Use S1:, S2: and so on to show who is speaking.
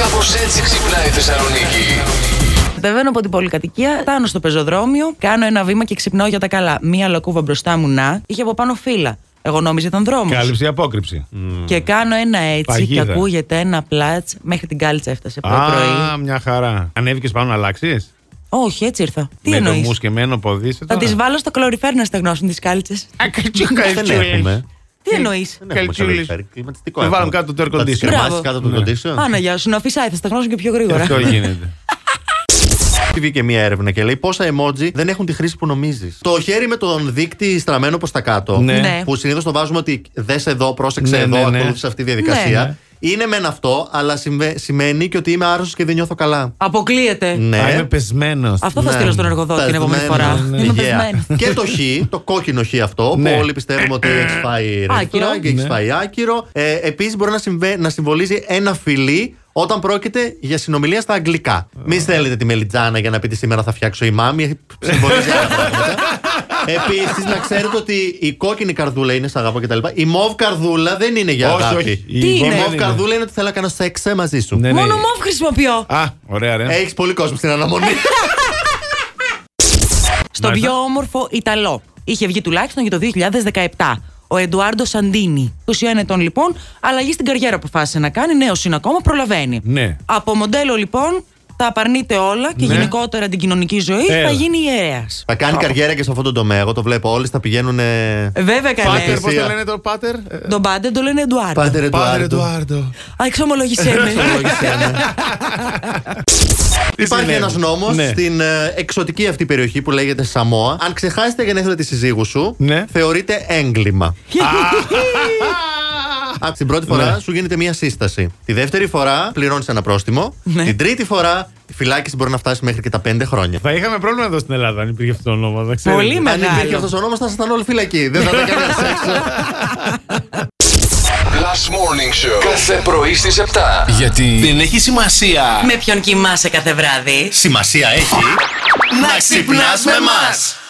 S1: Κάπως έτσι ξυπνάει η Θεσσαλονίκη.
S2: Κατεβαίνω από την πολυκατοικία, φτάνω στο πεζοδρόμιο, κάνω ένα βήμα και ξυπνάω για τα καλά. Μία λακκούβα μπροστά μου να, είχε από πάνω φύλλα. Εγώ νόμιζα ήταν δρόμος.
S3: Κάλυψη ή απόκρυψη.
S2: Και κάνω ένα έτσι
S3: Παγίδα.
S2: και ακούγεται ένα πλάτ μέχρι την κάλτσα έφτασε
S3: Α,
S2: πρωί-πρωί.
S3: μια χαρά. Ανέβηκες πάνω να αλλάξεις.
S2: Όχι, έτσι ήρθα. Τι
S3: Με το
S2: εννοείς.
S3: μουσκεμένο ποδί.
S2: Θα τις βάλω στο κλωριφέρ να στεγνώσουν τις κάλτσες.
S4: Δεν έχουμε.
S2: Τι
S3: Ε,
S2: εννοείς.
S3: ναι,
S4: Δεν Ναι, έχουμε Ναι,
S3: Καλτσούλης.
S4: καλοκαίρι. Κλιματιστικό.
S3: Θα
S4: έχουμε.
S3: βάλουμε κάτω το air
S4: Θα τις
S3: conditioner.
S4: κρεμάσεις
S2: Μπράβο. ναι.
S4: κάτω το air conditioner.
S2: Άνα, γεια σου, να φυσάει, θα στεγνώσουν και πιο γρήγορα.
S3: ναι. Αυτό γίνεται.
S4: Βγήκε μία έρευνα και λέει πόσα emoji δεν έχουν τη χρήση που νομίζεις. Το χέρι με τον δείκτη στραμμένο προς τα κάτω.
S3: Ναι.
S2: Ναι.
S4: Που συνήθως το βάζουμε ότι δες εδώ, πρόσεξε
S3: Ναι,
S4: εδώ,
S3: ναι, ναι.
S4: ακολούθησε αυτή τη διαδικασία.
S2: Ναι,
S4: Είναι μεν αυτό, αλλά συμβε- σημαίνει και ότι είμαι άρρωστος και δεν νιώθω καλά.
S2: Αποκλείεται.
S4: Ναι.
S3: Α, είμαι πεσμένος.
S2: Αυτό θα
S4: Ναι.
S2: στείλω στον εργοδότη την επόμενη
S4: Πεσμένο.
S2: φορά.
S4: Ναι.
S2: Είμαι
S4: Yeah.
S2: πεσμένη.
S4: Και το χ, το κόκκινο χ αυτό,
S3: Ναι.
S4: που όλοι πιστεύουμε ότι έχει φάει ρεύμα
S2: Άκυρο.
S4: και έχει
S3: Ναι.
S4: φάει άκυρο. Ε, Επίσης μπορεί να, συμβε- να συμβολίζει ένα φιλί όταν πρόκειται για συνομιλία στα αγγλικά. Μην στέλνετε τη μελιτζάνα για να πείτε σήμερα θα φτιάξω η μάμη. Συμβολίζει άλλα πράγματα. Επίσης, να ξέρετε ότι η κόκκινη καρδούλα είναι σε αγάπη κτλ. Η μοβ καρδούλα δεν είναι για
S3: Όχι,
S4: αγάπη.
S3: όχι.
S4: Η
S2: Τι
S3: γόμενη
S2: είναι?
S4: μοβ καρδούλα είναι ότι θέλω να κάνω σεξ μαζί σου.
S3: Ναι, ναι.
S2: Μόνο μοβ χρησιμοποιώ.
S3: Α, ωραία, ρε.
S4: Έχεις πολύ κόσμο στην αναμονή.
S2: Στο
S3: Μάλιστα.
S2: πιο όμορφο Ιταλό. Είχε βγει τουλάχιστον για το 2017. Ο Εντουάρντο Σαντίνι. 21 ετών λοιπόν, αλλαγή στην καριέρα αποφάσισε να κάνει. Νέος είναι ακόμα, προλαβαίνει.
S3: Ναι.
S2: Από μοντέλο λοιπόν, τα απαρνείται όλα και
S3: Ναι. Ε.
S2: γενικότερα την κοινωνική ζωή,
S3: Έλα.
S2: θα γίνει ιερέας.
S4: Θα κάνει καριέρα και σε αυτόν τον τομέα. Εγώ το βλέπω. Όλοι θα πηγαίνουν.
S2: Βέβαια
S3: Πάτερ,
S2: κανένα.
S3: πώ
S4: Εσύ,
S3: το
S4: α.
S3: λένε το πάτερ. Ε,
S2: Τον πάντε το λένε Εντουάρντο.
S4: Πάτερ
S3: Πάτερ
S4: Εντουάρντο.
S3: Εντουάρντο.
S2: Α, εξομολογησέ με.
S5: ναι.
S3: Τι
S4: Υπάρχει
S3: συνέβη?
S4: ένας νόμος
S3: Ναι.
S4: στην ε, εξωτική αυτή περιοχή που λέγεται Σαμόα. Αν ξεχάσει τα γενέθλια τη συζύγου σου,
S3: Ναι.
S4: θεωρείται έγκλημα. Α, την πρώτη φορά
S3: Ναι.
S4: σου γίνεται μία σύσταση. Τη δεύτερη φορά πληρώνεις ένα πρόστιμο.
S2: Ναι.
S4: Την τρίτη φορά η φυλάκιση μπορεί να φτάσει μέχρι και τα πέντε χρόνια.
S3: Θα είχαμε πρόβλημα εδώ στην Ελλάδα αν υπήρχε αυτός το νόμο. δεν ξέρω.
S2: Πολύ
S4: Αν υπήρχε
S2: μεγάλο.
S4: αυτός ο νόμος, θα ήσασταν όλοι φυλακοί. Δεν θα ήταν κανένας έξω.
S1: Last Morning Show. Κάθε πρωί στις 7.
S5: Γιατί δεν έχει σημασία.
S2: Με ποιον κοιμάσαι κάθε βράδυ.
S4: Σημασία έχει
S5: Να ξυπνάς με μας.